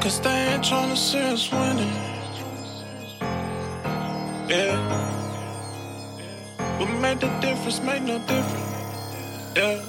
Cause they ain't tryna see us winning. Yeah. What made the difference make no difference. Yeah.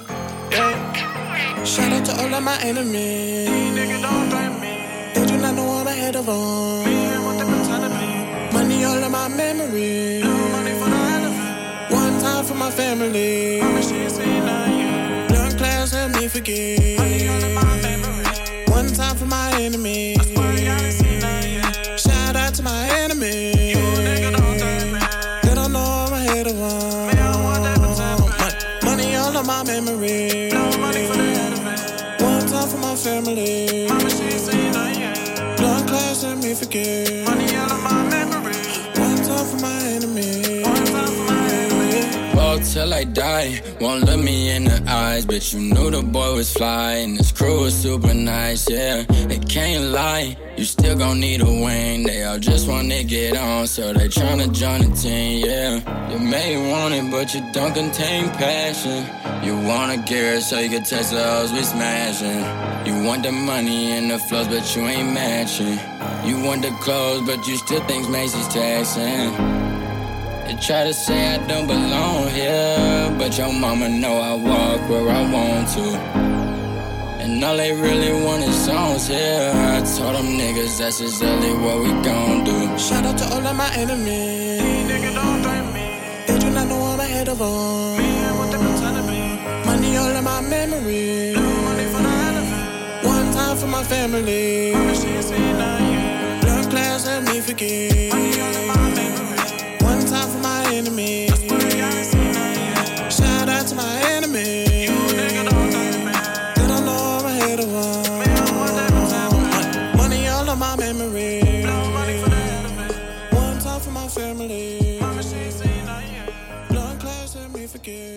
Yeah. Shout out to all of my enemies. These niggas don't blame me. They do not know what I had of on. Me and what they been telling me. Money all of my memories. No money for the hell of it. One time for my family. Promise you ain't seen nothing yet. Blunt clouds help me forget. Money all of my memories. One time for my enemies. I swear you ain't seen nothing yet. Shout out to my enemies. You nigga don't blame me. They don't know I'm ahead of them. Man, what they been telling me. Money all of my memories. No money for the hell of it. One time for my family. Mama, she ain't seen nothing yet. Blood class and me forget. Money all of my memories. One time for my enemy. One time for my enemy. Ball till I die, won't look me in the eyes. But you knew the boy was fly, and his crew was super nice, yeah. They can't lie, you still gon' need a wing. They all just wanna get on, so they tryna join the team, yeah. You may want it, but you don't contain passion. You wanna gear it so you can test the hoes we smashing. You want the money and the flows, but you ain't matching. You want the clothes, but you still think Macy's taxing. They try to say I don't belong here, but your mama know I walk where I want to. And all they really want is songs here. I told them niggas that's exactly what we gon' do. Shout out to all of my enemies. These niggas don't blame me. They do not know I'm ahead of them. Me and what they been telling me. Money all of my memories. No money for the hell of it. One time for my family. Promise you ain't seen nothing yet. Blood class help me forget. Money all of my memories. One time for my enemies. I swear you ain't seen nothing yet. Shout out to my enemies. You nigga don't blame me. They don't know I'm ahead of them. Me and what they been telling me. Money all of my memories. No money for the hell of it. One time for my family. Promise you ain't seen nothing yet. Blood class help me forget.